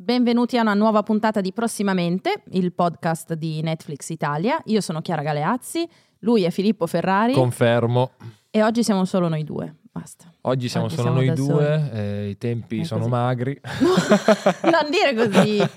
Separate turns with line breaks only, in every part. Benvenuti a una nuova puntata di Prossimamente, il podcast di Netflix Italia. Io sono Chiara Galeazzi, lui è Filippo Ferrari
Confermo.
e oggi siamo solo noi due. Basta.
Oggi siamo
Oggi
solo
siamo da
noi due, eh, i tempi
È
sono
così.
magri.
non dire così.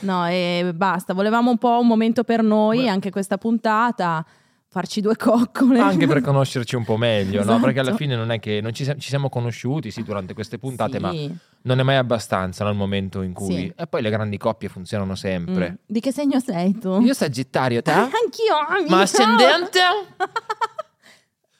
No, e basta. Volevamo un po' un momento per noi,
Beh.
anche questa puntata, farci due coccole.
Anche per conoscerci un po' meglio, no? Perché alla
Esatto.
fine non è che non ci, siamo- ci siamo conosciuti, sì, durante queste
Sì.
puntate, ma non è mai abbastanza no, al momento in cui...
Sì.
E poi le grandi coppie funzionano
Mm.
sempre.
Di che segno sei tu?
Io sagittario, te?
Anch'io, amico.
Ma ascendente?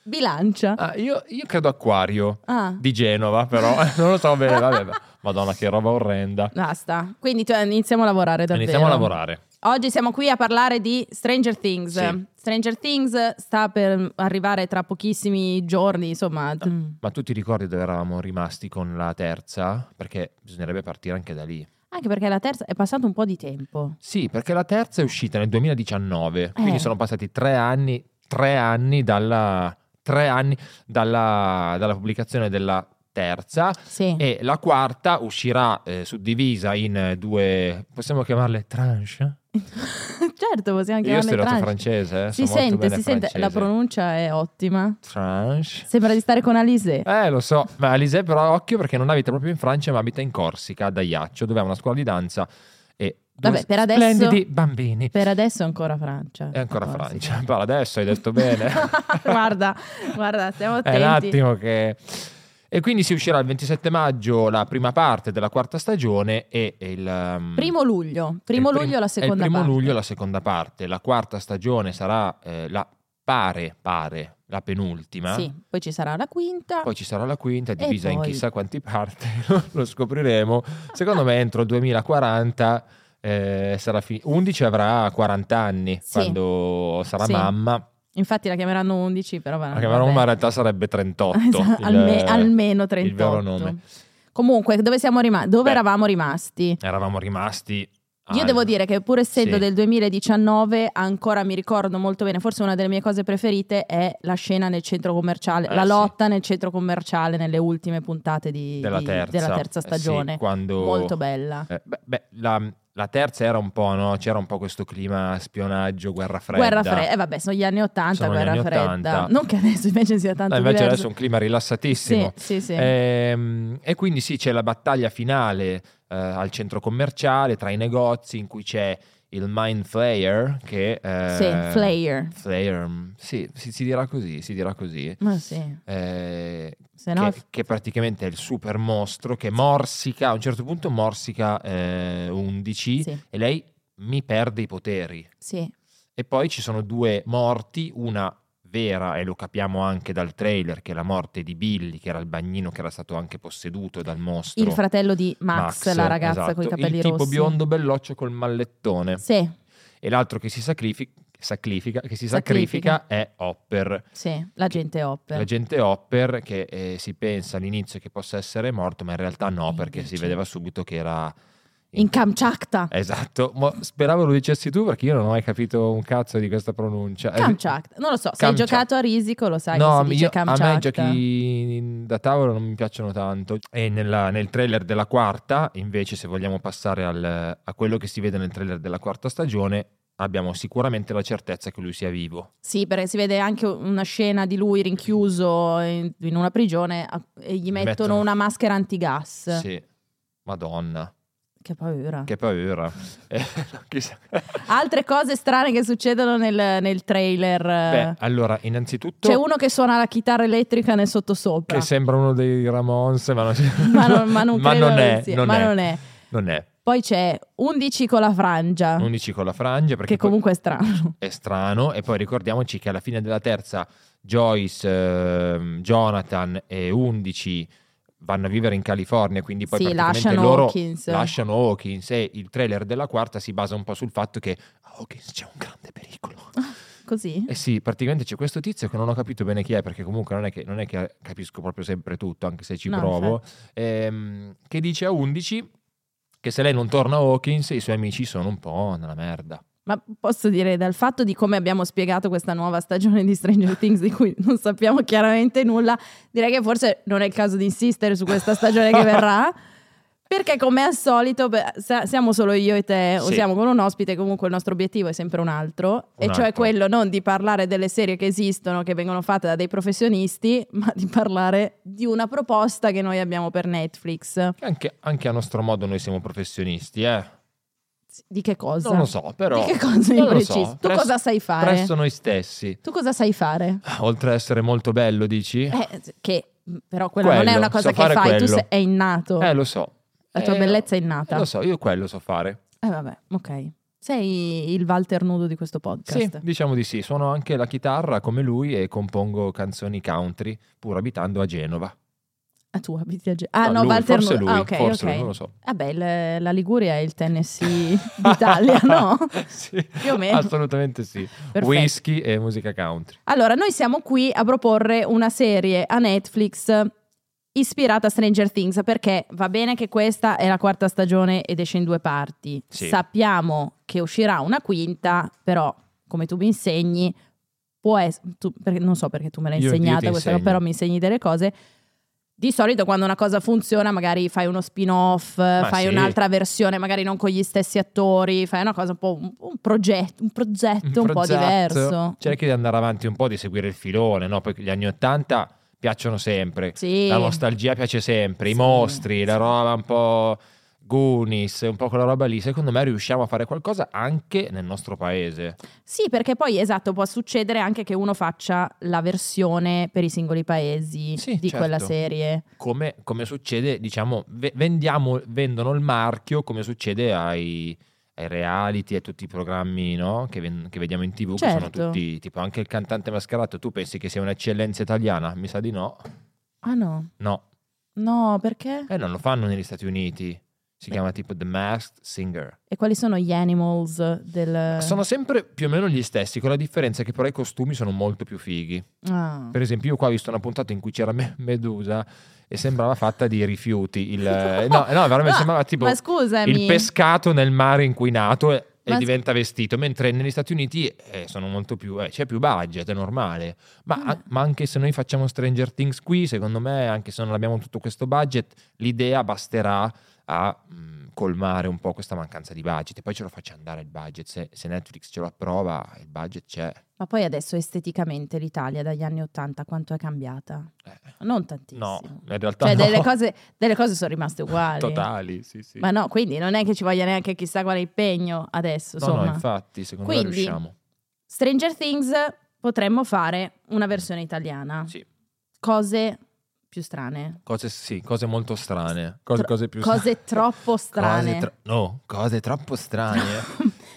Bilancia.
Ah, io, io credo acquario,
Ah.
di Genova però, non lo so bene, vabbè, vabbè. Madonna che roba orrenda.
Basta. Quindi cioè, iniziamo a lavorare davvero.
Iniziamo a lavorare.
Oggi siamo qui a parlare di Stranger Things.
Sì.
Stranger Things sta per arrivare tra pochissimi giorni, insomma.
Ma tu ti ricordi dove eravamo rimasti con la terza? Perché bisognerebbe partire anche da lì.
Anche perché la terza è passato un po' di tempo.
Sì, perché la terza è uscita nel 2019,
Eh.
quindi sono passati tre anni, tre anni dalla, tre anni dalla, dalla pubblicazione della terza
Sì.
e la quarta uscirà eh, suddivisa in eh, due, possiamo chiamarle tranche?
certo, possiamo
Io ho
chiamarle
studiato
tranche.
francese, eh,
Si
so molto
sente,
bene
si sente, la
francese.
pronuncia è ottima.
Tranche.
Sembra di stare con Alice.
Eh, lo so, ma Alice però occhio perché non abita proprio in Francia, ma abita in Corsica, ad Aiaccio, dove ha una scuola di danza e due
Vabbè, per adesso-
splendidi bambini.
Per adesso è ancora Francia.
È ancora
Forse.
Francia, però adesso hai detto bene.
guarda, guarda, stiamo
È un
attenti.
attimo che... E quindi si uscirà il 27 maggio la prima parte della quarta stagione e il... um,
Primo luglio, primo
il prim-
luglio la
è
seconda
Il primo
parte.
luglio la seconda parte. La quarta stagione sarà eh, la pare, pare, la penultima.
Sì, poi ci sarà la quinta.
eh? Poi ci sarà la quinta, divisa in
Ah. poi?
chissà quanti parti, lo scopriremo. Secondo me entro il 2040 eh, sarà finita. 11 avrà 40 anni
Sì.
quando sarà
Sì.
mamma,
Infatti la chiameranno 11, però va-
perché mamma
vabbè.
in realtà sarebbe 38.
Esatto,
il-
alme- almeno 38.
Il vero nome.
Comunque, dove, siamo rima- dove
Beh.
eravamo rimasti?
Eravamo rimasti...
Io
al-
devo dire che pur essendo
Sì.
del 2019 ancora mi ricordo molto bene, forse una delle mie cose preferite è la scena nel centro commerciale,
Eh,
la
sì.
lotta nel centro commerciale nelle ultime puntate di-
della
di-
terza,
della terza
Eh sì,
stagione.
quando...
Molto bella.
Eh, beh, beh, la, la terza era un po', no? C'era un po' questo clima spionaggio, guerra fredda.
Guerra fredda, eh vabbè, sono gli anni 80,
Sono gli
guerra
anni
fredda.
80.
Non che adesso invece sia tanto
No, Ah, invece
diverso.
adesso è un clima rilassatissimo.
sì, sì, sì.
Ehm, E, quindi sì, c'è la battaglia finale eh, al centro commerciale tra i negozi in cui c'è il Mind Flayer che... eh,
Sì, Flair.
Flayer, mm, sì, si, si dirà così, si dirà così.
Ma sì,
Eh,
se Mm. no
che, che praticamente è il super mostro che morsica, a un certo punto morsica eh, 11
Sì.
e lei mi perde i poteri.
sì.
E poi ci sono due morti, una vera, e lo capiamo anche dal trailer, che è la morte di Billy, che era il bagnino che era stato anche posseduto dal mostro.
Il fratello di Max, la ragazza
esatto.
con i capelli
il
rossi.
tipo biondo belloccio col mallettone.
Sì,
E l'altro che si sacrifica, sacrifica, che si
Sacrifica.
sacrifica è Hopper.
sì, la gente opera.
L'agente Hopper che eh, si pensa all'inizio che possa essere morto, ma in realtà no, perché si
Invece-
vedeva subito che era...
In Kamchatka.
Esatto, ma speravo lo dicessi tu perché io non ho mai capito un cazzo di questa pronuncia. Eh,
Kamchatka. Non lo so, se hai
Kamchatka.
giocato a risico lo sai
no,
che si dice
io- a
Kamchatka.
me i giochi da tavolo non mi piacciono tanto. E nella- nel trailer della quarta, invece, se vogliamo passare al- a quello che si vede nel trailer della quarta stagione, abbiamo sicuramente la certezza che lui sia vivo.
Sì, perché si vede anche una scena di lui rinchiuso in, in una prigione a- e gli mettono,
mettono-
una maschera antigas.
Sì. Madonna,
Che paura.
che paura. Eh, chissà.
Altre cose strane che succedono nel, nel trailer.
Beh, allora, innanzitutto
C'è uno che suona la chitarra elettrica nel sottosopra.
che sembra uno dei Ramones, ma non,
ma non, ma non
ma
credo
non è,
che sia-
non
ma
è,
non è.
non è.
Poi c'è 11 con la frangia,
11 con la frangia perché
che
poi-
comunque è strano.
è strano. E poi ricordiamoci che alla fine della terza, Joyce, ehm, Jonathan e 11 vanno a vivere in California, quindi poi
Sì,
praticamente
lasciano
loro
Hawkins.
lasciano Hawkins e il trailer della quarta si basa un po' sul fatto che a Hawkins c'è un grande pericolo.
Così?
E sì, praticamente c'è questo tizio che non ho capito bene chi è, perché comunque non è che, non è che capisco proprio sempre tutto, anche se ci
No,
provo, ehm, che dice a 11 che se lei non torna a Hawkins i suoi amici sono un po' nella merda.
Ma posso dire, dal fatto di come abbiamo spiegato questa nuova stagione di Stranger Things, di cui non sappiamo chiaramente nulla, direi che forse non è il caso di insistere su questa stagione che verrà. Perché come al solito beh, sa- siamo solo io e te o
Sì.
siamo con un ospite, comunque il nostro obiettivo è sempre un altro, e
Un
cioè
altro.
quello non di parlare delle serie che esistono, che vengono fatte da dei professionisti, ma di parlare di una proposta che noi abbiamo per Netflix.
Anche, anche a nostro modo noi siamo professionisti, eh.
Di che cosa?
Non lo so, però.
Esatto. Di che cosa in
non lo so.
preciso? Tu
Presso-
cosa sai fare?
Presso noi stessi. Ah,
Tu cosa sai fare?
Oltre ad essere molto bello, dici? Eh,
Eh, che però quella non è
Quello,
una cosa
so
che
fare
fai, tu
quello.
sei- è innato.
Eh, lo so.
La tua
Eh,
bellezza è innata.
Lo so, io quello so fare.
Eh vabbè, ok. Sei il Walter nudo di questo podcast.
Sì, diciamo di sì. Suono anche la chitarra come lui e compongo canzoni country, pur abitando a Genova.
Ah, tu abiti a Ge- Ah,
No,
no,
lui,
Walter
forse
nudo.
lui,
ah, ok,
forse
ok.
lui, non lo so.
Vabbè, il- la Liguria è il Tennessee d'Italia, no?
sì,
Più o meno.
Assolutamente sì.
Perfetto.
Whisky e musica country.
Allora, noi siamo qui a proporre una serie a Netflix ispirata a Stranger Things perché va bene che questa è la quarta stagione ed esce in due parti.
Sì.
Sappiamo che uscirà una quinta, però come tu mi insegni, può es- tu- perché- non so perché tu me l'hai
Io- io ti
insegnata questa,
insegno.
però mi insegni delle cose. Di solito quando una cosa funziona magari fai uno spin-off, fai
sì.
un'altra versione, magari non con gli stessi attori, fai una cosa un po' un, un progetto, un progetto un, po'
Progetto. Cioè,
diverso.
Cerchi di andare avanti un po', di seguire il filone, no? Poi gli anni 80 piacciono sempre.
Sì.
La nostalgia piace sempre, i
Sì,
mostri, la
sì.
roba un po' Goonies, un po' quella roba lì. Secondo me riusciamo a fare qualcosa anche nel nostro paese.
Sì, perché poi esatto, può succedere anche che uno faccia la versione per i singoli paesi
Sì,
di
certo.
quella serie.
Come, come succede, diciamo, ve- vendiamo, vendono il marchio come succede ai, ai reality, a tutti i programmi no? che, ven- che vediamo in tv, che
Certo.
sono tutti, tipo anche il cantante mascherato, tu pensi che sia un'eccellenza italiana? Mi sa di no.
Ah no,
No,
no, perché?
eh, non lo fanno negli Stati Uniti. Si chiama tipo The Masked Singer.
E quali sono gli animals del...
Sono sempre più o meno gli stessi, con la differenza che però i costumi sono molto più fighi.
Ah.
Per esempio, io qua ho visto una puntata in cui c'era Me- Medusa e sembrava fatta di rifiuti. Il, eh, no, no, veramente
No,
sembrava tipo
Ma scusami.
il pescato nel mare inquinato e, e
Ma-
diventa vestito, mentre negli Stati Uniti eh, sono molto più, eh, c'è più budget, è normale. Ma,
Ah.
a- ma anche se noi facciamo Stranger Things qui, secondo me, anche se non abbiamo tutto questo budget, l'idea basterà a mh, colmare un po' questa mancanza di budget e poi ce lo faccia andare il budget se, se Netflix ce lo approva il budget c'è
Ma poi adesso esteticamente l'Italia dagli anni Ottanta quanto è cambiata?
Eh,
Non tantissimo.
no in realtà
Cioè
no.
delle, cose, delle cose sono rimaste uguali.
totali sì sì
Ma no, quindi non è che ci voglia neanche chissà quale impegno adesso.
no
insomma.
no infatti secondo me
Quindi-
riusciamo
Stranger Things potremmo fare una versione italiana.
Sì.
Cose più strane.
cose sì cose molto strane cose,
Tro-
cose più
Cose troppo strane.
Cose tro- no, cose troppo strane.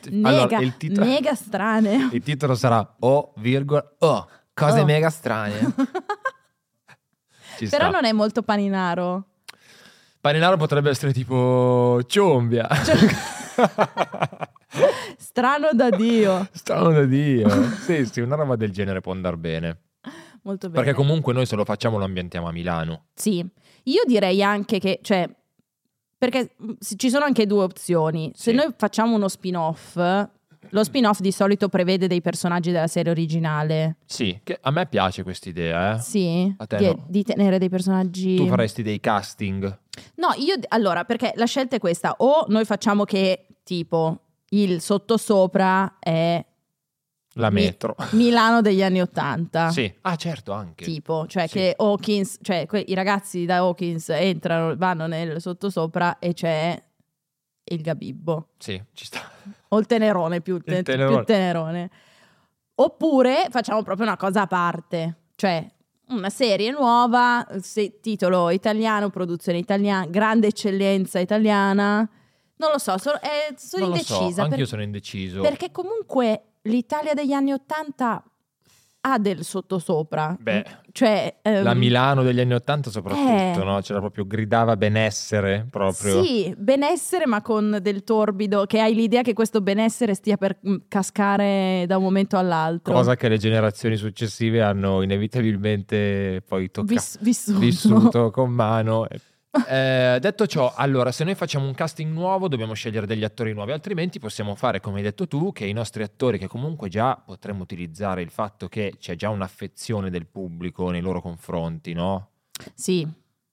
Mega,
Allora, il titolo,
mega strane.
il titolo sarà O, virgola, O, cose
Oh.
mega strane. Ci eh? sta.
Però non è molto paninaro.
Paninaro potrebbe essere tipo ciombia.
Cioè- Strano da Dio.
Strano da Dio. Sì, sì, una roba del genere può andare bene.
Molto bene.
Perché comunque noi se lo facciamo lo ambientiamo a Milano.
Sì, io direi anche che, cioè, perché mh, se- ci sono anche due opzioni. Se
Sì.
noi facciamo uno spin-off, lo spin-off di solito prevede dei personaggi della serie originale.
Sì, che a me piace questa idea, eh.
Sì,
A te
di,
no.
di tenere dei personaggi.
Tu faresti dei casting.
No, io allora, perché la scelta è questa: o noi facciamo che tipo il sottosopra è
La
Mi-
metro.
Milano degli anni Ottanta.
Sì. Ah, certo, anche.
Tipo, cioè
Sì.
che Hawkins, cioè que- i ragazzi da Hawkins entrano, vanno nel sottosopra e c'è il Gabibbo
Sì, ci sta.
o il Tenerone più,
Il
più
Tenerone.
tenerone. Oppure facciamo proprio una cosa a parte, cioè una serie nuova, se- titolo italiano, produzione italiana, grande eccellenza italiana. Non lo so, sono, eh, sono
non
indecisa.
Lo so, anche
per-
io sono indeciso.
perché comunque l'Italia degli anni Ottanta ha del sottosopra.
Beh,
cioè, ehm,
La Milano degli anni Ottanta soprattutto,
Eh.
no? C'era proprio, gridava benessere proprio.
Sì, benessere ma con del torbido, che hai l'idea che questo benessere stia per mm, cascare da un momento all'altro.
Cosa che le generazioni successive hanno inevitabilmente poi toccato,
Vis- vissuto.
vissuto con mano. Eh, detto ciò, allora, se noi facciamo un casting nuovo dobbiamo scegliere degli attori nuovi, altrimenti possiamo fare, come hai detto tu, che i nostri attori, che comunque già potremmo utilizzare il fatto che c'è già un'affezione del pubblico nei loro confronti, no?
Sì,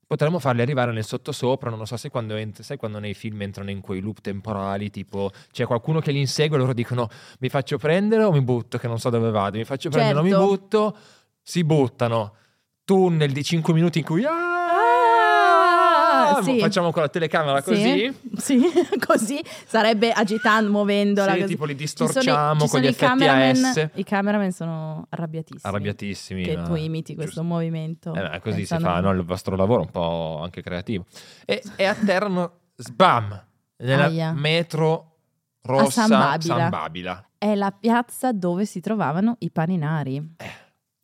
Potremmo farli arrivare nel sottosopra, non lo so se quando, ent- sai quando nei film entrano in quei loop temporali, tipo c'è qualcuno che li insegue e loro dicono mi faccio prendere o mi butto, che non so dove vado, mi faccio prendere o mi
Certo.
butto, si buttano. Tunnel di 5 minuti in cui...
Ah,
"Ah!"
sì.
Facciamo con la telecamera così.
Sì, sì, così sarebbe agitando, muovendola.
Sì,
così.
tipo li
Ci sono i-
distorciamo
ci
con
sono
gli
i
effetti
cameraman-
AS.
I cameraman sono arrabbiatissimi.
Arrabbiatissimi.
Che
ma-
tu imiti questo
giusto.
movimento.
Eh, beh, così
Esatto. pensando-
si fa no? il vostro lavoro un po' anche creativo. E, e atterrano, sbam, nella
Aia.
metro rossa
San Babila.
San Babila.
È la piazza dove si trovavano i paninari.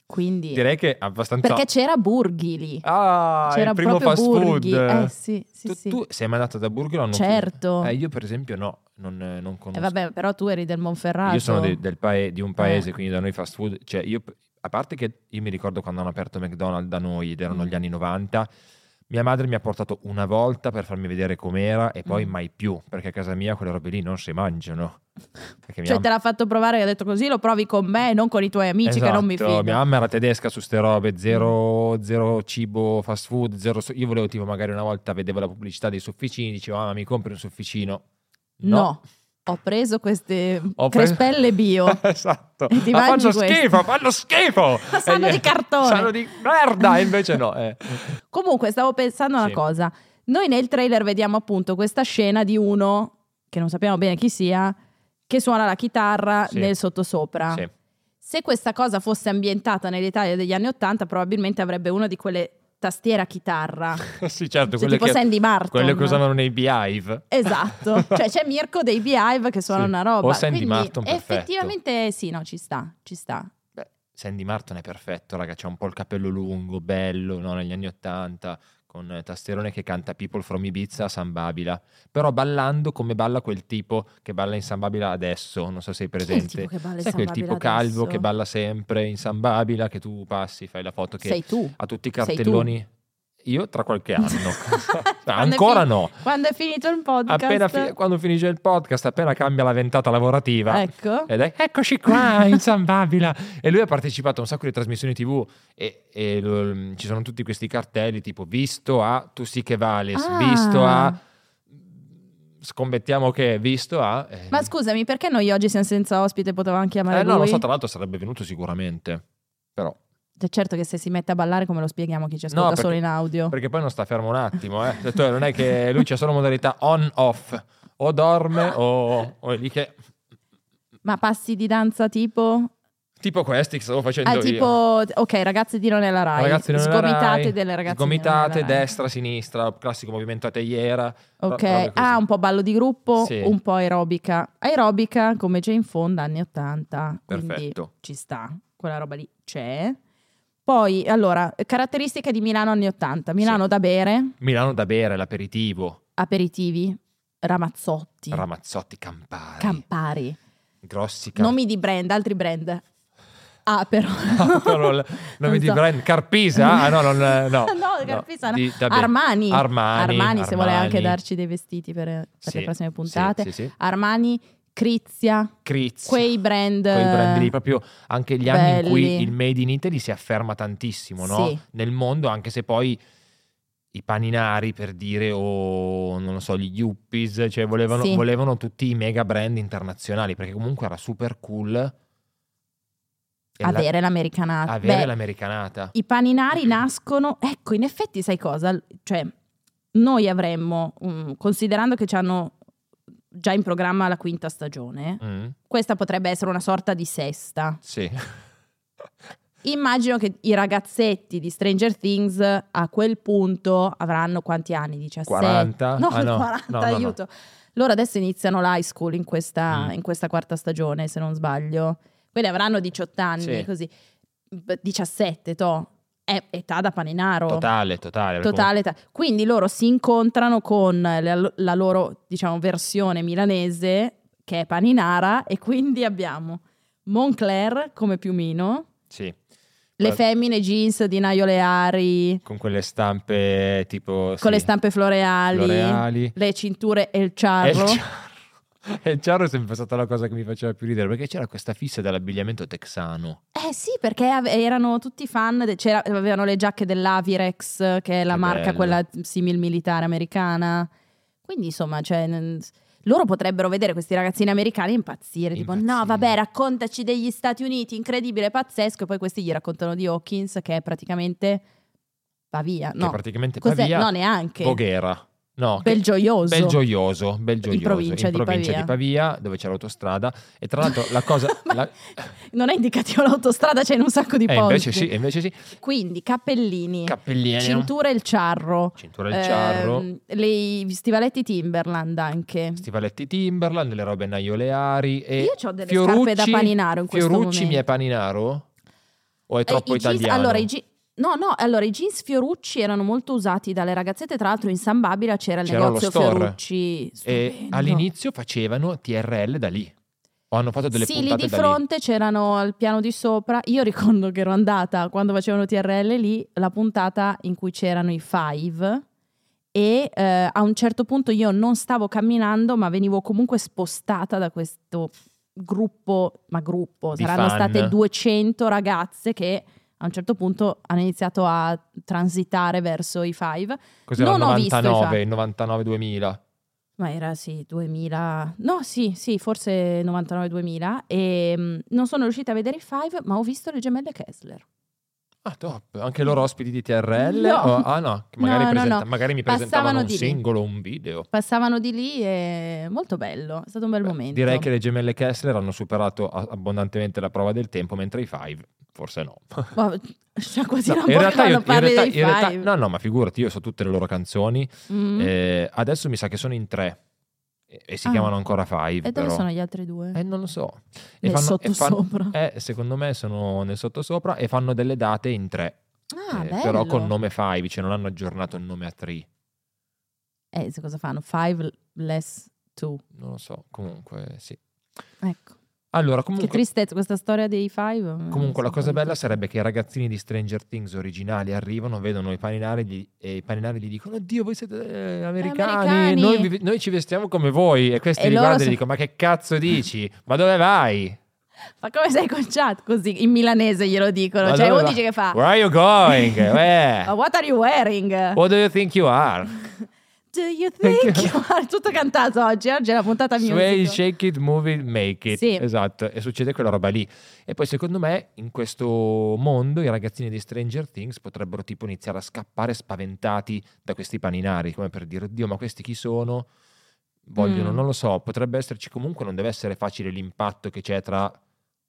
Quindi...
Eh, Direi che abbastanza...
Perché c'era Burghi lì.
Ah,
c'era
il primo
proprio
fast
Burghi.
food.
Eh sì, sì,
tu,
sì.
tu sei mai andato da Burger o no?
Certo.
Eh, io per esempio no, non, eh, non conosco.
Eh, vabbè, però tu eri del Monferrato.
Io sono de- del pae- di un paese,
Eh.
quindi da noi fast food, cioè io, a parte che io mi ricordo quando hanno aperto McDonald's da noi, ed erano
Mm.
gli anni 90, mia madre mi ha portato una volta per farmi vedere com'era e poi
Mm.
mai più, perché a casa mia quelle robe lì non si mangiano. Perché mia
Cioè, te l'ha fatto provare e ha detto così, lo provi con me, non con i tuoi amici che non mi
Esatto,
fido. Mm.
Mia mamma era tedesca su ste robe, zero, zero cibo fast food, zero so- io volevo tipo magari una volta vedevo la pubblicità dei sofficini, dicevo mamma mi compri un sofficino.
No. Ho preso queste
Ho preso-
crespelle bio.
esatto.
E ti
Ma
mangi
fanno
questo.
schifo, fanno schifo.
Ma sanno
E gli-
di cartone.
Sanno di merda, invece no. eh.
Comunque, stavo pensando a una
Sì.
cosa. Noi nel trailer vediamo appunto questa scena di uno, che non sappiamo bene chi sia, che suona la chitarra
Sì.
nel sottosopra.
Sì.
Se questa cosa fosse ambientata nell'Italia degli anni Ottanta, probabilmente avrebbe una di quelle tastiera chitarra.
sì, certo,
Cioè,
quelle
tipo
che,
Sandy Martin.
quelle che usavano nei Beehive.
Esatto, cioè c'è Mirko dei Beehive che suona
Sì.
una roba.
O Sandy
Quindi
Martin, perfetto.
effettivamente sì, no, ci sta, ci sta.
Beh, Sandy Martin è perfetto, raga, c'ha un po' il capello lungo, bello, no? negli anni Ottanta, con eh, Tasterone che canta People from Ibiza a San Babila, però ballando come balla quel tipo che balla in San Babila adesso, non so se sei
Chi è il tipo
presente.
che balla in
Sai
San
quel tipo
Babila
calvo
adesso?
che balla sempre in San Babila, che tu passi, fai la foto che
Sei tu.
a tutti i
Sei tu.
cartelloni. Io tra qualche anno.
Quando è
Ancora
fi-
no.
Quando è finito il podcast.
Appena fi- quando finisce il podcast, appena cambia la ventata lavorativa.
Ecco.
Ed è eccoci qua in San Babila. E lui ha partecipato a un sacco di trasmissioni TV e, e lo- ci sono tutti questi cartelli tipo visto a tu sì che vales,
Ah.
visto a scommettiamo che visto a eh,
Ma scusami, perché noi oggi siamo senza ospite potevamo chiamare
eh, no, lo
lui?
so, tra l'altro sarebbe venuto sicuramente. Però
Cioè, Certo che se si mette a ballare come lo spieghiamo a chi ci ascolta
perché-
solo in audio.
Perché poi non sta fermo un attimo, eh. Cioè, tu- non è che lui c'è solo modalità on-off, o dorme o, o è lì che...
Ma passi di danza tipo?
Tipo questi che stavo facendo
Ah,
io.
tipo ok, ragazze di non è la Rai.
Ragazzi, non è la
sgomitate
Rai,
delle ragazze di
Sgomitate,
non è la Rai.
destra, sinistra, classico movimento a teiera. Ro- robe
Ok,
così.
ah, un po' ballo di gruppo,
Sì.
un po' aerobica. Aerobica come Jane Fonda anni 80, quindi
Perfetto.
ci sta, quella roba lì c'è. Poi, allora, caratteristiche di Milano anni 80. Milano da bere,
Milano da bere, l'aperitivo,
aperitivi, ramazzotti,
Ramazzotti, Campari,
campari,
grossi Campari.
nomi di brand, altri brand. Ah, però.
Nomi
Non
di
so.
brand eh, Carpisa? Ah, no, non, no,
No, Carpisa no.
Di- da bere.
Armani.
Armani,
Armani, se vuole anche
Armani.
darci dei vestiti per, per
Sì,
le prossime
sì,
puntate.
Sì, sì,
Armani, Crizia,
Crizia.
quei brand.
quei brand lì, proprio anche gli anni in
Eh, belli.
cui il made in Italy si afferma tantissimo no?
Sì.
nel mondo, anche se poi i paninari per dire o non lo so, gli yuppies, cioè volevano,
Sì.
volevano tutti i mega brand internazionali perché comunque era super cool e la-
avere l'americanata.
avere
Beh,
l'americanata.
I paninari nascono, ecco, in effetti sai cosa? Cioè, noi avremmo, mm, considerando che ci hanno già in programma la quinta stagione,
Mm,
questa potrebbe essere una sorta di sesta.
sì.
Immagino che i ragazzetti di Stranger Things a quel punto avranno quanti anni? 17?
40?
No,
Ah, no.
40,
No, no, no.
aiuto. Loro adesso iniziano l'high school in questa,
Mm.
in questa quarta stagione, se non sbaglio. Quelli avranno 18 anni,
Sì.
così. B- 17, to. È età da paninaro.
Totale, totale. perché
Totale età. Quindi loro si incontrano con la, la loro, diciamo, versione milanese, che è paninara, e quindi abbiamo Moncler come piumino,
comunque- Sì,
le
Guarda-
femmine jeans di Naio Leari,
con quelle stampe tipo...
con
sì,
le stampe floreali,
floreali.
le cinture e il
E il
ciarro.
ciarro. E il ciaro è sempre stata la cosa che mi faceva più ridere, perché c'era questa fissa dell'abbigliamento texano.
Eh sì, perché ave- erano tutti fan, de- c'era- avevano le giacche dell'Avirex, che è la
Che
marca
bello.
quella simil militare americana. Quindi insomma, cioè, n- loro potrebbero vedere questi ragazzini americani e impazzire, tipo no
Impazzire.
vabbè raccontaci degli Stati Uniti, incredibile, pazzesco, e poi questi gli raccontano di Hawkins che è praticamente... va via,
Che
no.
praticamente
Cos'è?
Pavia,
No, neanche.
Voghera. No, che-
Bel gioioso.
Bel gioioso, bel gioioso.
provincia di
provincia
Pavia.
di Pavia, dove c'è l'autostrada. E tra l'altro la cosa...
Ma-
la-
Non è indicativo l'autostrada, c'è in un sacco di
eh,
posti.
invece sì, e invece sì.
Quindi cappellini,
Cappellini.
cintura e il ciarro.
Cintura del ciarro.
Ehm, le- i stivaletti Timberland anche.
Stivaletti Timberland, le robe naioleari. E
Io ho delle
Fiorucci,
scarpe da paninaro in questo
Fiorucci mi
momento.
è paninaro? O è
Eh,
troppo
i jeans-
italiano?
allora, i je- no, no, allora i jeans Fiorucci erano molto usati dalle ragazzette. Tra l'altro in San Babila c'era il
C'era lo
negozio
store.
Fiorucci.
e
Stupendo.
all'inizio facevano TRL da lì. O hanno fatto delle
sì, lì
puntate
di
da lì.
fronte c'erano al piano di sopra. Io ricordo che ero andata quando facevano TRL lì, la puntata in cui c'erano i five. E eh, a un certo punto io non stavo camminando, ma venivo comunque spostata da questo gruppo, ma gruppo,
Di
saranno
fan.
state 200 ragazze che a un certo punto hanno iniziato a transitare verso i five.
Cos'era
Non ho visto esatto. i
99, 99-2000?
Ma era sì, 2000, no sì, sì, forse 99-2000 e mm, non sono riuscita a vedere i Five ma ho visto le gemelle Kessler.
Ah, top. Anche loro ospiti di TRL?
Mm. No.
O- ah, no, che magari,
No, no,
presenta-
no.
magari mi
Passavano
presentavano un
di lì.
singolo, un video.
Passavano di lì e molto bello, è stato un bel momento.
Direi che le gemelle Kessler hanno superato a- abbondantemente la prova del tempo, mentre i Five forse no.
Ma- c'è Boh, quasi
No,
una bocca quando parli
realtà-
dei
in realtà-
Five.
no, no, ma figurati, io so tutte le loro canzoni.
Mm.
Eh, adesso mi sa che sono in tre e, e si
Ah.
chiamano ancora Five.
e dove
però.
sono gli altri due?
Eh, non lo so.
Nel
fanno- e fanno-
sottosopra.
eh, secondo me sono nel sottosopra e fanno delle date in tre.
ah,
Eh,
bello.
però con nome Five, cioè non hanno aggiornato il nome a tre.
Eh, se cosa fanno? Five less two.
Non lo so, comunque sì.
Ecco.
Allora,
Che
comunque,
tristezza questa storia dei Five. eh,
comunque la cosa bella
sarebbe
sarebbe che i ragazzini di Stranger Things originali arrivano, vedono i paninari gli- e i paninari gli dicono Oddio, voi siete eh, americani,
Americani."
Noi, vi- noi ci vestiamo come voi. E questi
E
li
loro
guardano e
so-
dicono ma che cazzo dici? Ma dove vai?
Ma come sei conciato? Così, in milanese glielo dicono.
Ma
cioè,
dove
uno
va-
dice che fa...
Where are you going? Where?
Ma Uh, what are you wearing?
Eh. What do you think you are?
Do you think you are... Tutto cantato oggi. Oggi è la puntata
Sway,
musical.
shake it, move it, make it.
Sì.
Esatto, e succede quella roba lì. E poi secondo me in questo mondo i ragazzini di Stranger Things potrebbero tipo iniziare a scappare spaventati da questi paninari, come per dire, oddio, ma questi chi sono? Vogliono,
Mm.
non lo so, potrebbe esserci comunque, non deve essere facile l'impatto che c'è tra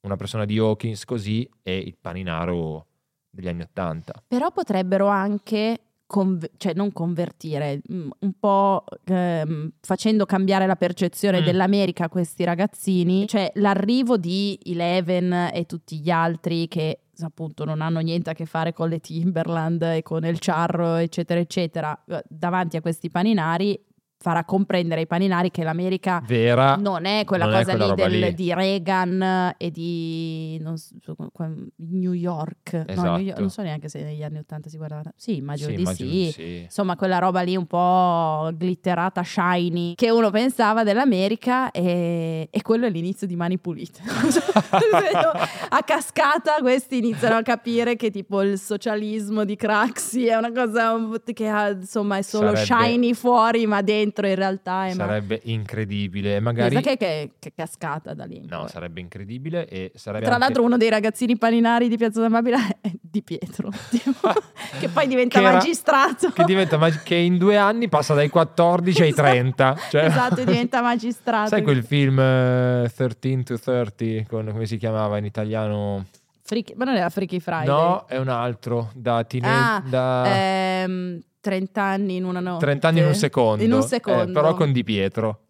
una persona di Hawkins così e il paninaro degli anni Ottanta.
Però potrebbero anche... conv- cioè non convertire, mm, un po' ehm, facendo cambiare la percezione
Mm.
dell'America a questi ragazzini, cioè l'arrivo di Eleven e tutti gli altri che appunto non hanno niente a che fare con le Timberland e con il Charro eccetera eccetera eh, davanti a questi paninari farà comprendere ai paninari che l'America
Vera,
non è quella
Ah, non è
cosa
quella
lì,
roba
del-
lì.
di Reagan e di non so, qua- New York. No,
Esatto.
New York- non so neanche se negli anni 80 si guardava. Sì, immagino
sì,
di
immagino
sì.
di sì.
Insomma, quella roba lì un po' glitterata, shiny, che uno pensava dell'America e, e quello è l'inizio di Mani Pulite. a cascata questi iniziano a capire che tipo il socialismo di Craxi è una cosa un- che ha, insomma è solo
Sarebbe-
shiny fuori ma dentro in realtà è... ma-
Sarebbe incredibile. Magari
Pensa che, che, che cascata da lì. in
No,
poi.
sarebbe incredibile e sarebbe
Tra
anche-
l'altro uno dei ragazzini paninari di Piazza San Babila è di Pietro, tipo, che poi diventa
Che era-
magistrato.
che, diventa mag- che in due anni passa dai 14 ai
Esatto.
30. Cioè-
Esatto, diventa magistrato.
Sai quel film eh, 13 to 30, con, come si chiamava in italiano?
Freaky- Ma non era Freaky Friday?
No, è un altro, da, tine-
Ah,
da
Ehm, 30 anni in una notte.
30 anni ah. in un secondo.
In un
Eh,
secondo.
però con Di Pietro.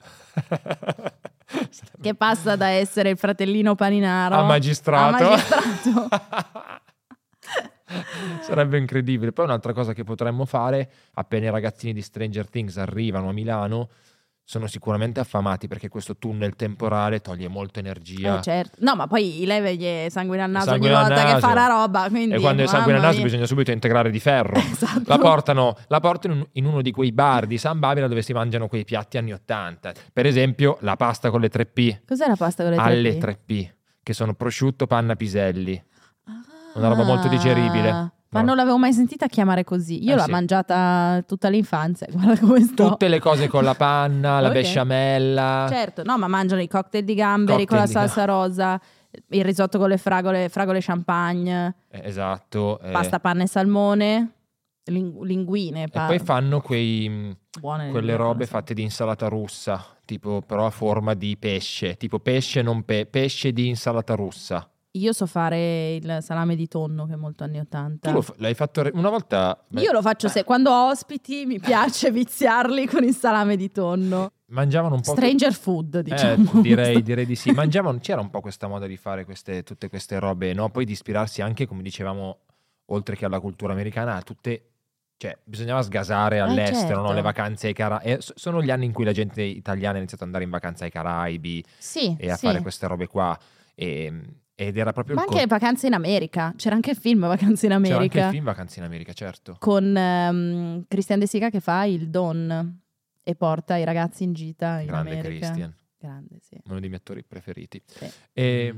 Che passa da essere il fratellino paninaro
A magistrato.
a magistrato.
Sarebbe incredibile. Poi un'altra cosa che potremmo fare appena i ragazzini di Stranger Things arrivano a Milano sono sicuramente affamati perché questo tunnel temporale toglie molta energia.
Eh, certo. No, ma poi i leve gli sanguina al naso
Sanguina
ogni
al
volta che
naso.
fa la roba. Quindi,
E quando il sangue nel
mamma
naso
mia.
bisogna subito integrare di ferro.
Esatto.
La portano, la portano in- in uno di quei bar di San Babila dove si mangiano quei piatti anni 80. Per esempio la pasta con le 3P,
Cos'è la pasta con le
alle
tre?
3P, che sono prosciutto, panna, piselli. Una roba molto digeribile.
Ah, Ma
No.
non l'avevo mai sentita chiamare così. Io
Eh,
l'ho
sì.
mangiata tutta l'infanzia, guarda come sto.
Tutte le cose con la panna, la
Ok.
besciamella.
Certo, no, ma mangiano i cocktail di gamberi
Cocktail
con la
di
salsa rosa, il risotto con le fragole, fragole champagne,
Eh, Esatto. eh.
pasta panna e salmone, ling- linguine,
E
pa-
poi fanno quei, mm, mh,
buone
quelle
linguine,
robe
Eh, non so.
fatte di insalata russa, tipo però a forma di pesce, tipo pesce non pe- pesce di insalata russa.
Io so fare il salame di tonno che è molto anni 80.
Tu lo f- l'hai fatto re- una volta beh,
Io lo faccio se quando ho ospiti mi piace viziarli con il salame di tonno.
mangiavano un po'
Stranger food,
Eh,
diciamo.
direi, direi di sì. Mangiavano, c'era un po' questa moda di fare queste- tutte queste robe, no? Poi di ispirarsi anche, come dicevamo, oltre che alla cultura americana, a tutte. Cioè, bisognava sgasare all'estero, no?
certo.
Le vacanze ai Caraibi. sono gli anni in cui la gente italiana ha iniziato ad andare in vacanza ai Caraibi
Sì,
e a
sì.
fare queste robe qua. E- ed era proprio
Ma
il
anche le
con-
vacanze in America. C'era anche il film Vacanze in
c'era
America.
anche il film Vacanze in America, certo.
con ehm, Christian De Sica che fa il Don e porta i ragazzi in gita in
Grande
America.
Christian.
Grande, sì.
uno dei miei attori preferiti.
Sì.
E,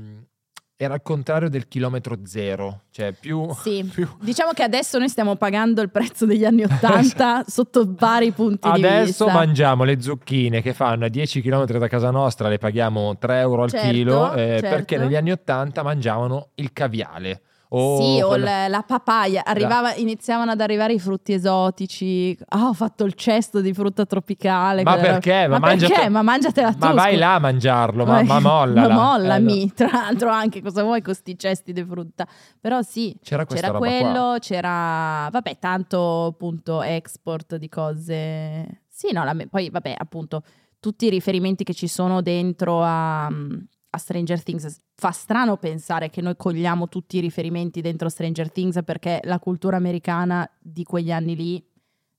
era al contrario del chilometro zero, cioè più...
Sì.
più-
Diciamo che adesso noi stiamo pagando il prezzo degli anni 80 sotto vari punti di
Adesso
vista.
mangiamo le zucchine che fanno a 10 km da casa nostra, le paghiamo 3 euro al
Certo,
chilo, eh,
certo.
perché negli anni 80 mangiavano il caviale. O
sì, o
oh, quella-
la, la papaya, Arrivava- iniziavano ad arrivare i frutti esotici. Ah, ho fatto il cesto di frutta tropicale.
Ma
quella roba.
perché? Ma,
Ma
mangiate-
perché? Ma mangiatela tu,
Ma vai
scusa.
là a mangiarlo, ma, ma mollala.
Ma mollami,
Eh, no.
tra l'altro anche cosa vuoi con sti cesti di frutta. Però sì,
C'era questa
c'era
roba qua.
quello, c'era vabbè, tanto appunto export di cose. Sì, no, la me- poi vabbè, appunto, tutti i riferimenti che ci sono dentro a, mm, a Stranger Things fa strano pensare che noi cogliamo tutti i riferimenti dentro Stranger Things perché la cultura americana di quegli anni lì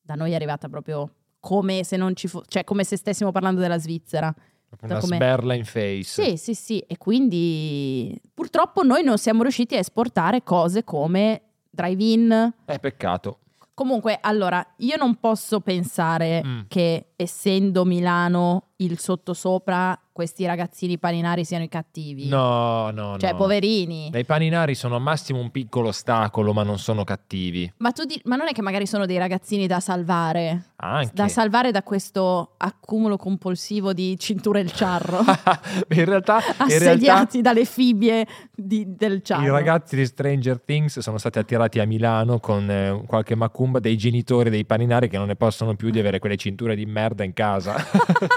da noi è arrivata proprio come se non ci fo- cioè come se stessimo parlando della Svizzera.
Una
come-
sberla in face.
Sì, sì, sì, e quindi purtroppo noi non siamo riusciti a esportare cose come drive-in.
Eh, peccato.
Comunque, allora, io non posso pensare
Mm.
che essendo Milano il sottosopra, questi ragazzini paninari siano i cattivi.
No, no,
Cioè,
no.
poverini.
Dai paninari sono al massimo un piccolo ostacolo, ma non sono cattivi.
Ma, tu di- ma non è che magari sono dei ragazzini da salvare,
Anche.
da salvare da questo accumulo compulsivo di cinture il ciarro,
in realtà, in realtà
assediati diciamo. dalle fibbie di- del ciarro.
i ragazzi di Stranger Things sono stati attirati a Milano con eh, qualche macumba dei genitori dei paninari che non ne possono più di avere quelle cinture di merda in casa.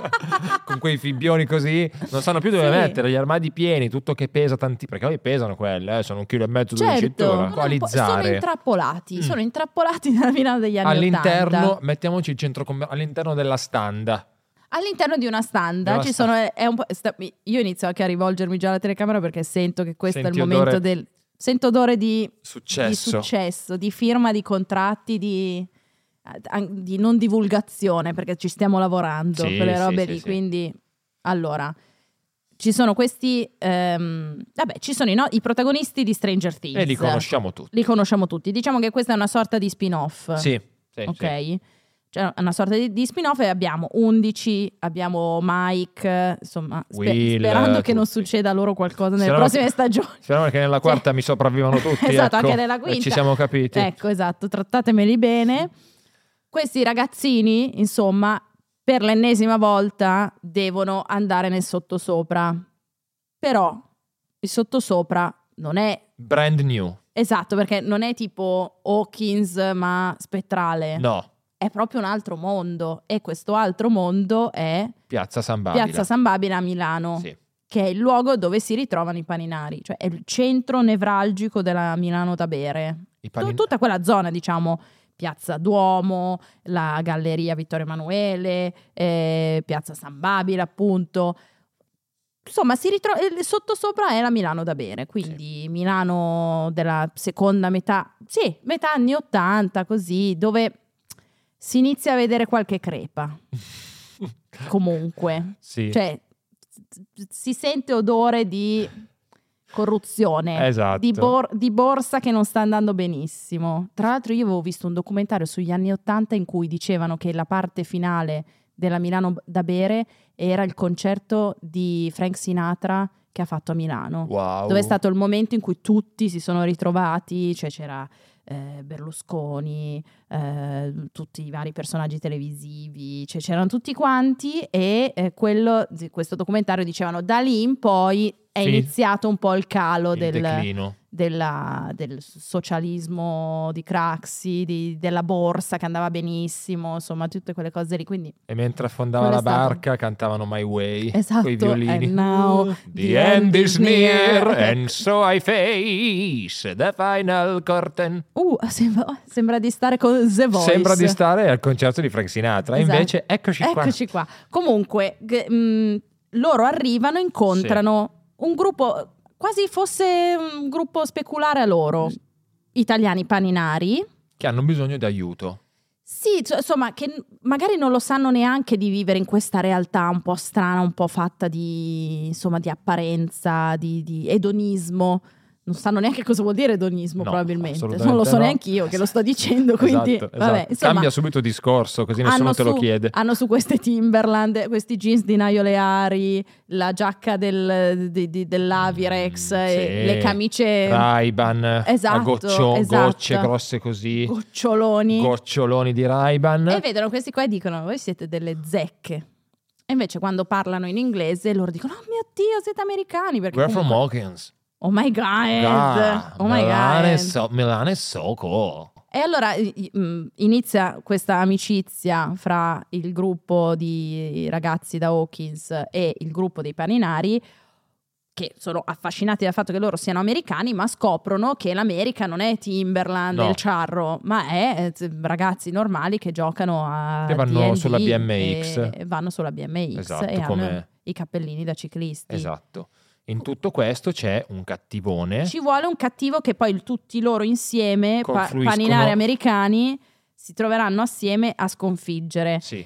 con quei fibbioni così, non sanno più dove
Sì.
mettere, gli armadi pieni, tutto che pesa tanti, perché poi pesano quelle, eh, sono un chilo e mezzo di cintura.
Certo, ma non po- sono
Qualizzare.
intrappolati,
Mm.
sono intrappolati nella Milano degli anni
All'interno,
80.
mettiamoci il centro commer- all'interno della standa.
All'interno di una standa
Della
ci
sta-
sono è un po'- sta- io inizio anche a rivolgermi già alla telecamera perché sento che questo
Senti
è il momento
odore-
del sento odore di di
Successo.
successo, di firma di contratti, di, di non divulgazione, perché ci stiamo lavorando,
Sì,
quelle
sì,
robe
sì,
lì.
sì.
Quindi, allora, ci sono questi, ehm, vabbè, ci sono i, no- i protagonisti di Stranger Things.
e li conosciamo tutti.
Li conosciamo tutti. Diciamo che questa è una sorta di spin-off.
Sì, sì, sì.
ok? Cioè, una sorta di, di spin-off e abbiamo 11, abbiamo Mike, insomma, spe-
Will,
sperando che non
tutti.
succeda loro qualcosa nelle
Speriamo
prossime
che-
stagioni.
Speriamo che nella quarta mi sopravvivano tutti.
Esatto,
ecco.
anche nella
Eh,
quinta.
Ci siamo capiti.
Ecco, esatto, trattatemeli bene. Questi ragazzini, insomma, per l'ennesima volta devono andare nel sottosopra. Però il sottosopra non è
Brand new.
esatto, perché non è tipo Hawkins ma spettrale.
No,
È proprio un altro mondo e questo altro mondo è
Piazza San Babila.
Piazza San Babila a Milano,
Sì.
che è il luogo dove si ritrovano i paninari, cioè è il centro nevralgico della Milano da bere.
I
Tu-
panin-
tutta quella zona, diciamo, Piazza Duomo, la Galleria Vittorio Emanuele, eh, Piazza San Babila, appunto. Insomma, si ritro- il sottosopra è la Milano da bere, quindi Milano della seconda metà, sì, metà anni 80, così, dove si inizia a vedere qualche crepa. comunque.
Sì.
Cioè, si sente odore di corruzione,
Esatto.
di, bor- di borsa che non sta andando benissimo. Tra l'altro io avevo visto un documentario sugli anni Ottanta in cui dicevano che la parte finale della Milano da bere era il concerto di Frank Sinatra che ha fatto a Milano.
Wow.
Dove è stato il momento in cui tutti si sono ritrovati, cioè c'era eh, Berlusconi, eh, tutti i vari personaggi televisivi, cioè c'erano tutti quanti e eh, quello, di questo documentario dicevano da lì in poi è
Sì.
iniziato un po' il calo
il
del,
declino.
della- del socialismo di Craxi, di- della borsa che andava benissimo, insomma tutte quelle cose lì. Quindi
E mentre affondava
Quello
la
è stato-
barca cantavano My Way
Esatto,
con i violini.
and now
the end is near
Ecco.
and so I face the final curtain.
uh, sembra, sembra di stare con The Voice.
Sembra di stare al concerto di Frank Sinatra,
Esatto.
invece eccoci qua.
Eccoci qua. Comunque, g- mh, loro arrivano, incontrano un gruppo, quasi fosse un gruppo speculare a loro, italiani paninari.
Che hanno bisogno di aiuto.
Sì, cioè, insomma, che n- magari non lo sanno neanche di vivere in questa realtà un po' strana, un po' fatta di, insomma, di apparenza, di, di edonismo. Non sanno neanche cosa vuol dire edonismo,
No,
Boh, probabilmente.
assolutamente
Non lo so
no.
neanche io che lo sto dicendo, quindi
Esatto,
vabbè,
esatto.
insomma,
Cambia subito discorso, così nessuno
hanno
te lo
su- ah,
chiede.
Hanno su queste Timberland, questi jeans di Naio Leari, la giacca del, di- di- dell'Avirex,
Mm,
e
sì.
le camicie
Ray-Ban
eh, Esatto,
a goccio-
esatto.
gocce grosse così,
goccioloni.
goccioloni di Ray-Ban.
e vedono questi qua e dicono, voi siete delle zecche. E invece quando parlano in inglese loro dicono, oh mio Dio, siete americani. Perché
We're from
comunque-
Hawkins.
Oh my God.
Ah,
oh my
Milan
God.
Is so, Milan is so cool.
E allora i- mm, inizia questa amicizia fra il gruppo di ragazzi da Hawkins e il gruppo dei paninari che sono affascinati dal fatto che loro siano americani, ma scoprono che l'America non è Timberland
No.
e il Charro, ma è eh, ragazzi normali che giocano a
Che vanno
D&D
sulla BMX.
e- e vanno sulla BMX
Esatto,
e hanno
come-
i cappellini da ciclisti.
Esatto. In tutto questo c'è un cattivone.
Ci vuole un cattivo che poi il- tutti loro insieme, pa-
Confluiscono.
paninari americani, si troveranno assieme a sconfiggere.
Sì,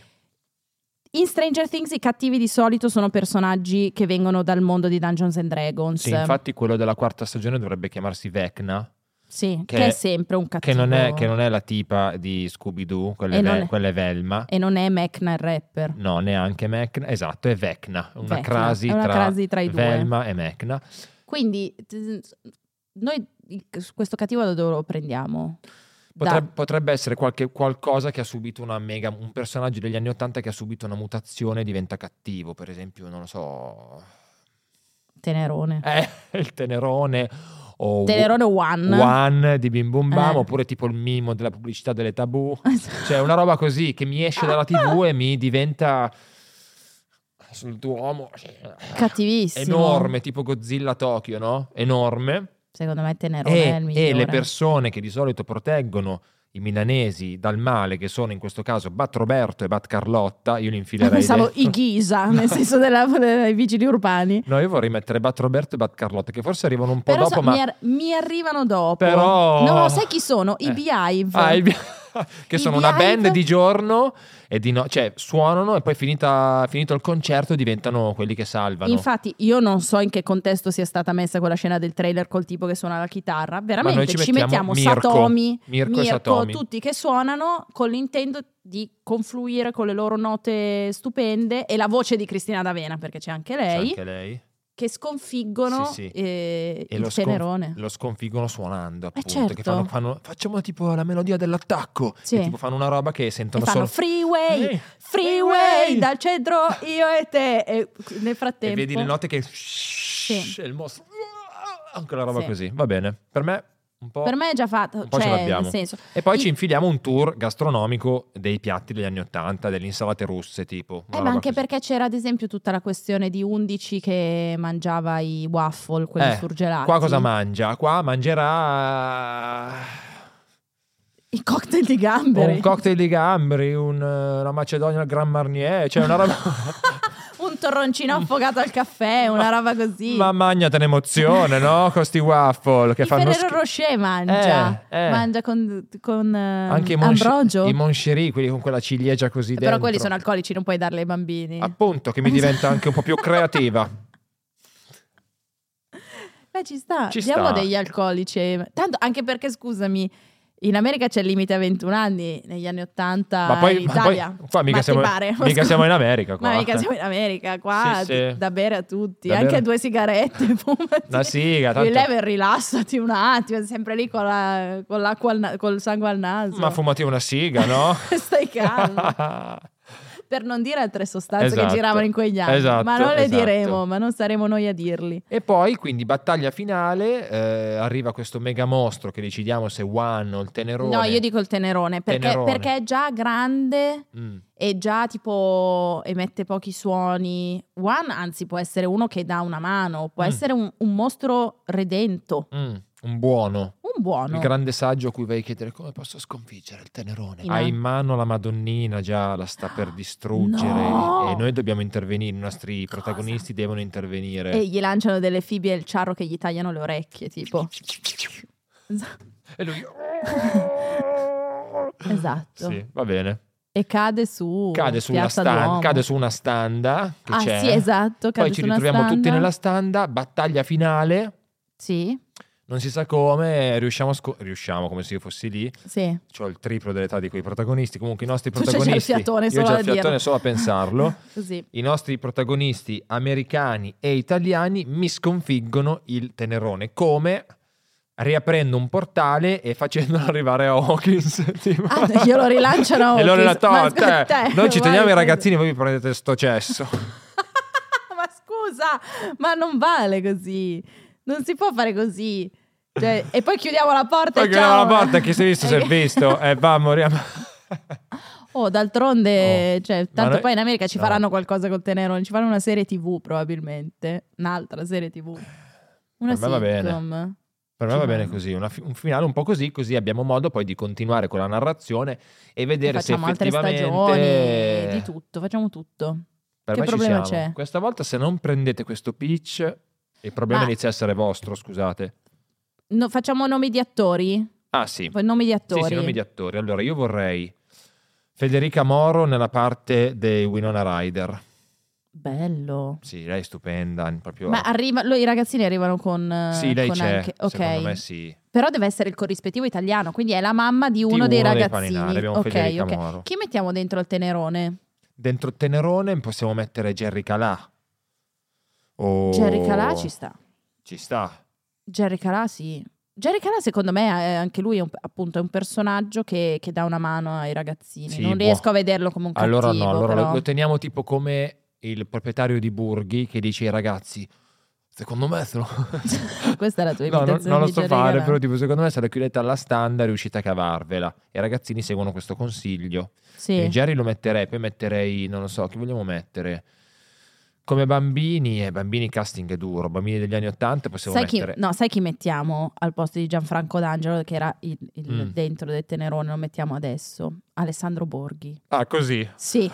In Stranger Things i cattivi di solito sono personaggi che vengono dal mondo di Dungeons and Dragons.
sì, infatti quello della quarta stagione dovrebbe chiamarsi Vecna,
Sì, che,
che-
è sempre un
che
cattivo.
non, è, che non è la tipa di Scooby-Doo, quella,
E
è Ve-
non è-
quella è Velma.
E non è Mecna il rapper.
No, neanche Mecna. Esatto, è Vecna, una
Vecna,
crasi
è una
tra
crasi tra i due.
Velma e Mecna.
Quindi t- noi il- questo cattivo da dove lo prendiamo? Da-
Potreb- potrebbe essere qualche- qualcosa che ha subito una mega. Un personaggio degli anni Ottanta che ha subito una mutazione e diventa cattivo. Per esempio, non lo so.
Tenerone.
Eh, il tenerone. O
Tenerone One.
One di Bim Bum Bam,
Eh.
oppure tipo il mimo della pubblicità delle tabù.
Esatto.
Cioè, una roba così che mi esce dalla TV e mi diventa. Sul tuo uomo. cioè,
Cattivissimo.
Enorme, tipo Godzilla Tokyo, no? Enorme.
Secondo me Tenerone è il
e,
migliore.
e Eh, le persone che di solito proteggono i milanesi dal male, che sono in questo caso Bat Roberto e Bat Carlotta, io li infilerei
Pensavo
dentro.
i Ghisa, nel senso della- dei vigili urbani.
No, io vorrei mettere Bat Roberto e Bat Carlotta, che forse arrivano un po'
Però
dopo,
so-
ma...
mi, ar- mi arrivano dopo.
Però-
No, sai chi sono? I
Eh.
Behive.
Ah, i Bi- che
I
sono una
Beehive-
band di giorno e di no... Cioè, suonano e poi finita- finito il concerto diventano quelli che salvano.
Infatti, io non so in che contesto sia stata messa quella scena del trailer col tipo che suona la chitarra. Veramente
Ma noi ci mettiamo Mirko,
Satomi,
Mirko e Satomi.
tutti che suonano con l'intento di confluire con le loro note stupende e la voce di Cristina D'Avena, perché c'è anche
C'è
lei,
anche lei.
che sconfiggono
Sì, sì.
eh,
E
il
lo, scon-
tenerone.
lo sconfiggono suonando, appunto.
certo.
Che fanno, fanno- facciamo tipo la melodia dell'attacco.
Sì.
E tipo fanno una roba che
E
sentono
fanno
solo...
freeway,
Eh.
freeway,
Freeway!
dal centro io e te. E nel frattempo...
E vedi le note che... e il mostro... Anche una roba
Sì.
così. Va bene. Per me un po'...
Per me è già fatto,
Un po' ce
cioè,
l'abbiamo.
nel senso,
E poi
i-
ci infiliamo un tour gastronomico dei piatti degli anni Ottanta, delle insalate russe, tipo.
Eh, ma anche perché c'era ad esempio tutta la questione di 11 che mangiava i waffle, quelli
Eh,
surgelati.
Qua cosa mangia? Qua mangerà...
I cocktail di gamberi.
Un cocktail di gamberi, un, eh, una macedonia al Gran Marnier, cioè una roba...
Un un torroncino affogato al caffè, una roba così.
Ma magnatene emozione, no? Con sti waffle che
il
fanno
Ferrero
schi-
Rocher mangia,
Eh, eh.
mangia con, con eh,
Anche i, monche-
ambrogio.
i moncherie, quelli con quella ciliegia così
Però
dentro. Ah,
quelli sono alcolici, non puoi darli ai bambini.
Appunto, che mi diventa anche un po' più creativa.
Beh, ci sta.
Ci
Diamo
sta.
degli alcolici. ai- Tanto anche perché, scusami, in America c'è il limite a 21 anni, negli anni 80
Ma poi,
in
ma
Italia.
poi- qua mica,
Ma ti
siamo,
pare?
mica siamo in America qua.
Ma mica siamo in America, qua
Sì, sì.
da bere a tutti,
Da
anche
bere.
due sigarette. fumati.
Una siga, tanto-
Mi leva e rilassati un attimo, sempre lì con, la- con l'acqua al na- col sangue al naso.
Ma fumati una siga, no?
Stai calmo. per non dire altre sostanze
Esatto.
che giravano in quegli anni.
Esatto,
ma non le
esatto.
diremo, ma non saremo noi a dirli.
e poi, quindi, battaglia finale, eh, arriva questo mega mostro che decidiamo se One o il Tenerone.
No, io dico il tenerone perché,
Tenerone.
perché è già grande
Mm.
e già tipo emette pochi suoni. One, anzi, può essere uno che dà una mano, può
Mm.
essere un, un mostro redento,
Mm, un buono,
un buono.
il grande saggio a cui vai a chiedere come posso sconfiggere il tenerone.
In
ha
an-
in mano la Madonnina già, la sta per distruggere
No!
e noi dobbiamo intervenire, i nostri protagonisti devono intervenire.
E gli lanciano delle fibbie al ciarro che gli tagliano le orecchie, tipo.
E lui...
Esatto.
Sì, va bene.
E cade su.
Cade su, una
Piazza
stan-
Duomo.
cade su una standa che
Ah,
c'è. eh.
sì, esatto. Cade
Poi ci
su una
ritroviamo tutti
standa.
nella standa, battaglia finale,
Sì,
non si sa come, riusciamo a sco- riusciamo come se io fossi lì,
sì.
ho il triplo dell'età di quei protagonisti, comunque i nostri
Tu c'hai già il
protagonisti,
fiatone
io
solo
già
a
il
dirlo.
fiatone solo a pensarlo,
Così.
i nostri protagonisti americani e italiani mi sconfiggono il tenerone, come riaprendo un portale e facendolo arrivare a Hawkins. tipo.
Ah, glielo rilanciano a
Glielo
Hawkins.
rilanciano,
Ma
"Te,
te,
noi ci
vai,
teniamo i
scusa."
ragazzini, voi vi prendete sto cesso.
ma scusa, ma non vale così. Non si può fare così. Cioè, e poi chiudiamo la porta.
Poi
e
chiudiamo
ciao.
la porta, chi si è visto si è visto, e va, moriamo.
Oh, d'altronde,
Oh.
cioè,
Ma
tanto
noi-
poi in America ci
no.
faranno qualcosa col Tenerone. Ci faranno una serie TV probabilmente. Un'altra serie TV. Una
Per me va bene.
sitcom.
Per me
Ci
va bene
vanno.
così, una fi- un finale un po' così, così abbiamo modo poi di continuare con la narrazione e
E
vedere se
Facciamo altre
effettivamente...
stagioni. Di tutto, facciamo tutto.
Per
Che
me ci
problema
siamo.
c'è?
Questa volta se non prendete questo pitch, il problema
Ah.
inizia a essere vostro, scusate.
No, facciamo nomi di attori.
Ah sì,
Poi Nomi di
sì,
attori.
sì, nomi di attori. Allora io vorrei Federica Moro nella parte dei Winona Ryder.
Bello.
Sì, lei è stupenda, proprio...
Ma arriva, lo- i ragazzini arrivano con. eh,
sì, lei
con
c'è,
anche- ok.
secondo me sì.
Però deve essere il corrispettivo italiano, quindi è la mamma di uno,
Di
dei
uno dei
ragazzini.
paninari, abbiamo
ok,
Federica
ok.
Moro.
Chi mettiamo dentro il tenerone?
Dentro Tenerone possiamo mettere Jerry Calà. O...
Jerry Calà ci sta.
Ci sta.
Jerry Calà sì. Jerry Calà secondo me è- anche lui è un, appunto è un personaggio che, che dà una mano ai ragazzini.
Sì,
non
boh.
riesco a vederlo come un cattivo.
Allora no, allora
però.
lo, lo teniamo tipo come il proprietario di Burghi che dice ai ragazzi, secondo me sono...
Questa è la tua
no, non,
imitazione
non lo
di eh?
so
Jerry
fare,
Calà.
però tipo secondo me se la chiudete alla standa riuscite a cavarvela. E i ragazzini seguono questo consiglio. E
Sì.
Jerry lo metterei, poi metterei, non lo so, chi vogliamo mettere? Come bambini, e bambini casting è duro, bambini degli anni 80 possiamo
Sai chi,
mettere...
no, sai chi mettiamo al posto di Gianfranco D'Angelo, che era il, il
Mm.
dentro del Tenerone? Lo mettiamo adesso. Alessandro Borghi.
Ah, così.
Sì,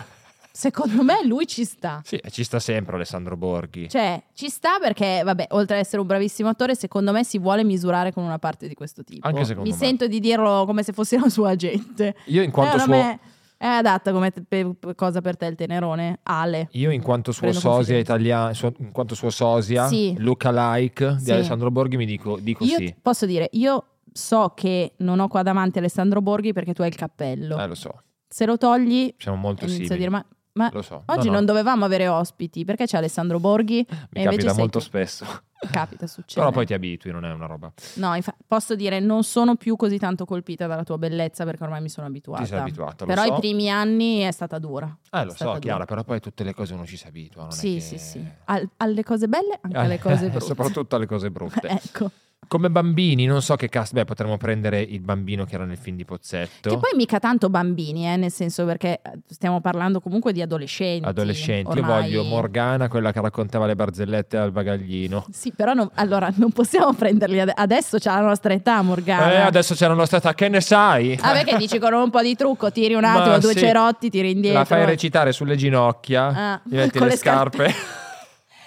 secondo me lui ci sta.
Sì, e ci sta sempre Alessandro Borghi.
Cioè, ci sta perché, vabbè, oltre ad essere un bravissimo attore, secondo me si vuole misurare con una parte di questo tipo.
Anche secondo
Mi
me.
sento di dirlo come se fosse la sua agente.
Io in quanto
Secondo Eh,
suo...
me è adatta come te- per- per cosa per te il Tenerone, Ale.
Io in quanto suo
Prendo
sosia
confidenza.
italiano, in quanto suo sosia,
Sì.
look alike di
Sì.
Alessandro Borghi mi dico, dico
Io
sì.
posso dire, io so che non ho qua davanti Alessandro Borghi perché tu hai il cappello.
Eh, lo so,
Se lo togli,
siamo molto
inizio a
simili.
dire, ma, ma
Lo so.
oggi
No, no,
non dovevamo avere ospiti perché c'è Alessandro Borghi.
mi
invece Cioè,
capita
sei
molto
tu.
spesso.
Capita, succede.
Però poi ti abitui, non è una roba.
No, infa- posso dire, non sono più così tanto colpita dalla tua bellezza perché ormai mi sono abituata.
Ti sei abituato, lo
Però
so.
i primi anni è stata dura.
Eh, lo
È stata
so,
dura.
Chiara, però poi tutte le cose uno ci si abitua, non è
Sì,
che-
sì,
Eh,
sì. Al- alle cose belle, anche alle cose brutte.
Soprattutto alle cose brutte.
ecco.
Come bambini, non so che cast, beh, potremmo prendere il bambino che era nel film di Pozzetto.
Che poi mica tanto bambini, eh, nel senso perché stiamo parlando comunque di adolescenti.
Adolescenti,
ormai.
io voglio Morgana, quella che raccontava le barzellette al bagaglino.
Sì, però non, allora non possiamo prenderli ade- adesso, c'è la nostra età, Morgana.
Eh, adesso c'è la nostra età, che ne sai?
Ah, perché dici con un po' di trucco, tiri un
Ma
attimo, due
sì.
cerotti, tiri indietro.
La fai recitare sulle ginocchia,
Ah,
gli metti
con
le,
le
scarpe.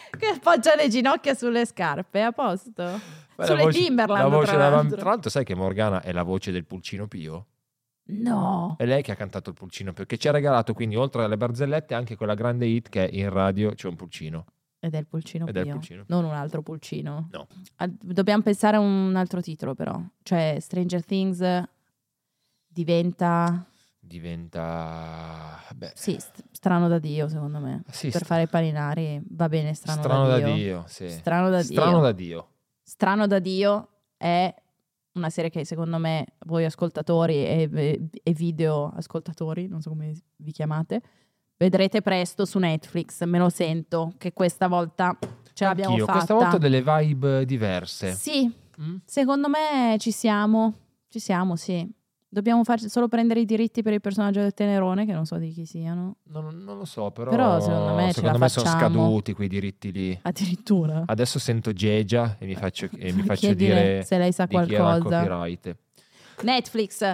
che appoggia le ginocchia sulle scarpe, a posto.
Beh,
Sulle
voce-
Timberland,
la voce
tra
della-
l'altro.
tra l'altro sai che Morgana è la voce del Pulcino Pio?
No.
È lei che ha cantato il pulcino perché ci ha regalato quindi oltre alle barzellette anche quella grande hit che è in radio c'è un pulcino.
Ed è il pulcino
Ed è il
Pio,
pulcino.
Non un altro pulcino.
No.
Ah, Dobbiamo pensare a un altro titolo però. Cioè Stranger Things diventa...
Diventa... Beh,
Sì, st- strano da Dio secondo me.
Ah, sì,
per
st-
fare i paninari va bene strano,
strano
da,
da
Dio.
sì.
Strano da
Strano
Dio.
da Dio.
Strano da Dio è una serie che secondo me voi ascoltatori e, e- e video ascoltatori, non so come vi chiamate, vedrete presto su Netflix, me lo sento, che questa volta ce l'abbiamo
Anch'io,
fatta.
questa volta ho delle vibe diverse.
Sì,
Mm?
secondo me ci siamo, ci siamo, sì. Dobbiamo farci solo prendere i diritti per il personaggio del Tenerone, che non so di chi siano.
Non, non lo so, però,
Però secondo me ce
secondo
la
me sono
facciamo.
scaduti quei diritti lì.
Addirittura.
Adesso sento Gegia e mi faccio, e mi faccio
Chiedile
dire
se lei sa
di chi era il
qualcosa.
copyright.
Netflix,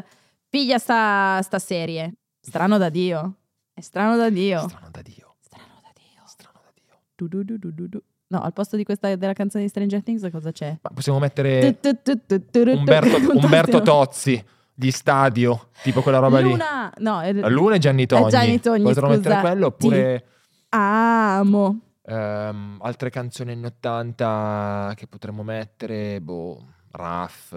piglia sta, sta serie. Strano da Dio. È strano da Dio.
Strano da Dio.
Strano da Dio.
Strano da Dio.
Du du du du du du. No, al posto di questa della canzone di Stranger Things cosa c'è?
Ma possiamo mettere
Tu tu tu tu tu tu.
Eh, Umberto,
Un
Umberto
tasto.
Tozzi di stadio, tipo quella roba lì.
Luna. No, è...
La Luna e Gianni Togni.
Gianni Togni,
Potremmo
scusa.
mettere quello oppure
amo.
ehm, altre canzoni anni 80 che potremmo mettere, boh, Raff,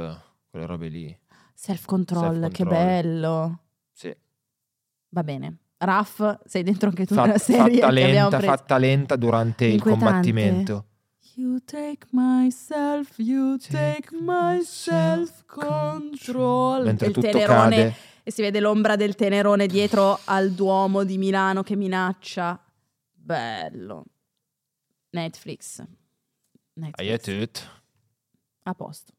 quelle robe lì.
Self control,
Self-control.
che bello.
Sì.
Va bene. Raff, sei dentro anche tu
Fa-
nella serie
fatta,
che abbiamo
lenta,
preso.
fatta lenta durante il
Inquietante.
combattimento.
You take myself, you take my self control.
Mentre
Il
tutto
tenerone
cade.
e si vede l'ombra del tenerone dietro al Duomo di Milano che minaccia. Bello. Netflix. Netflix.
Aiutut.
A posto.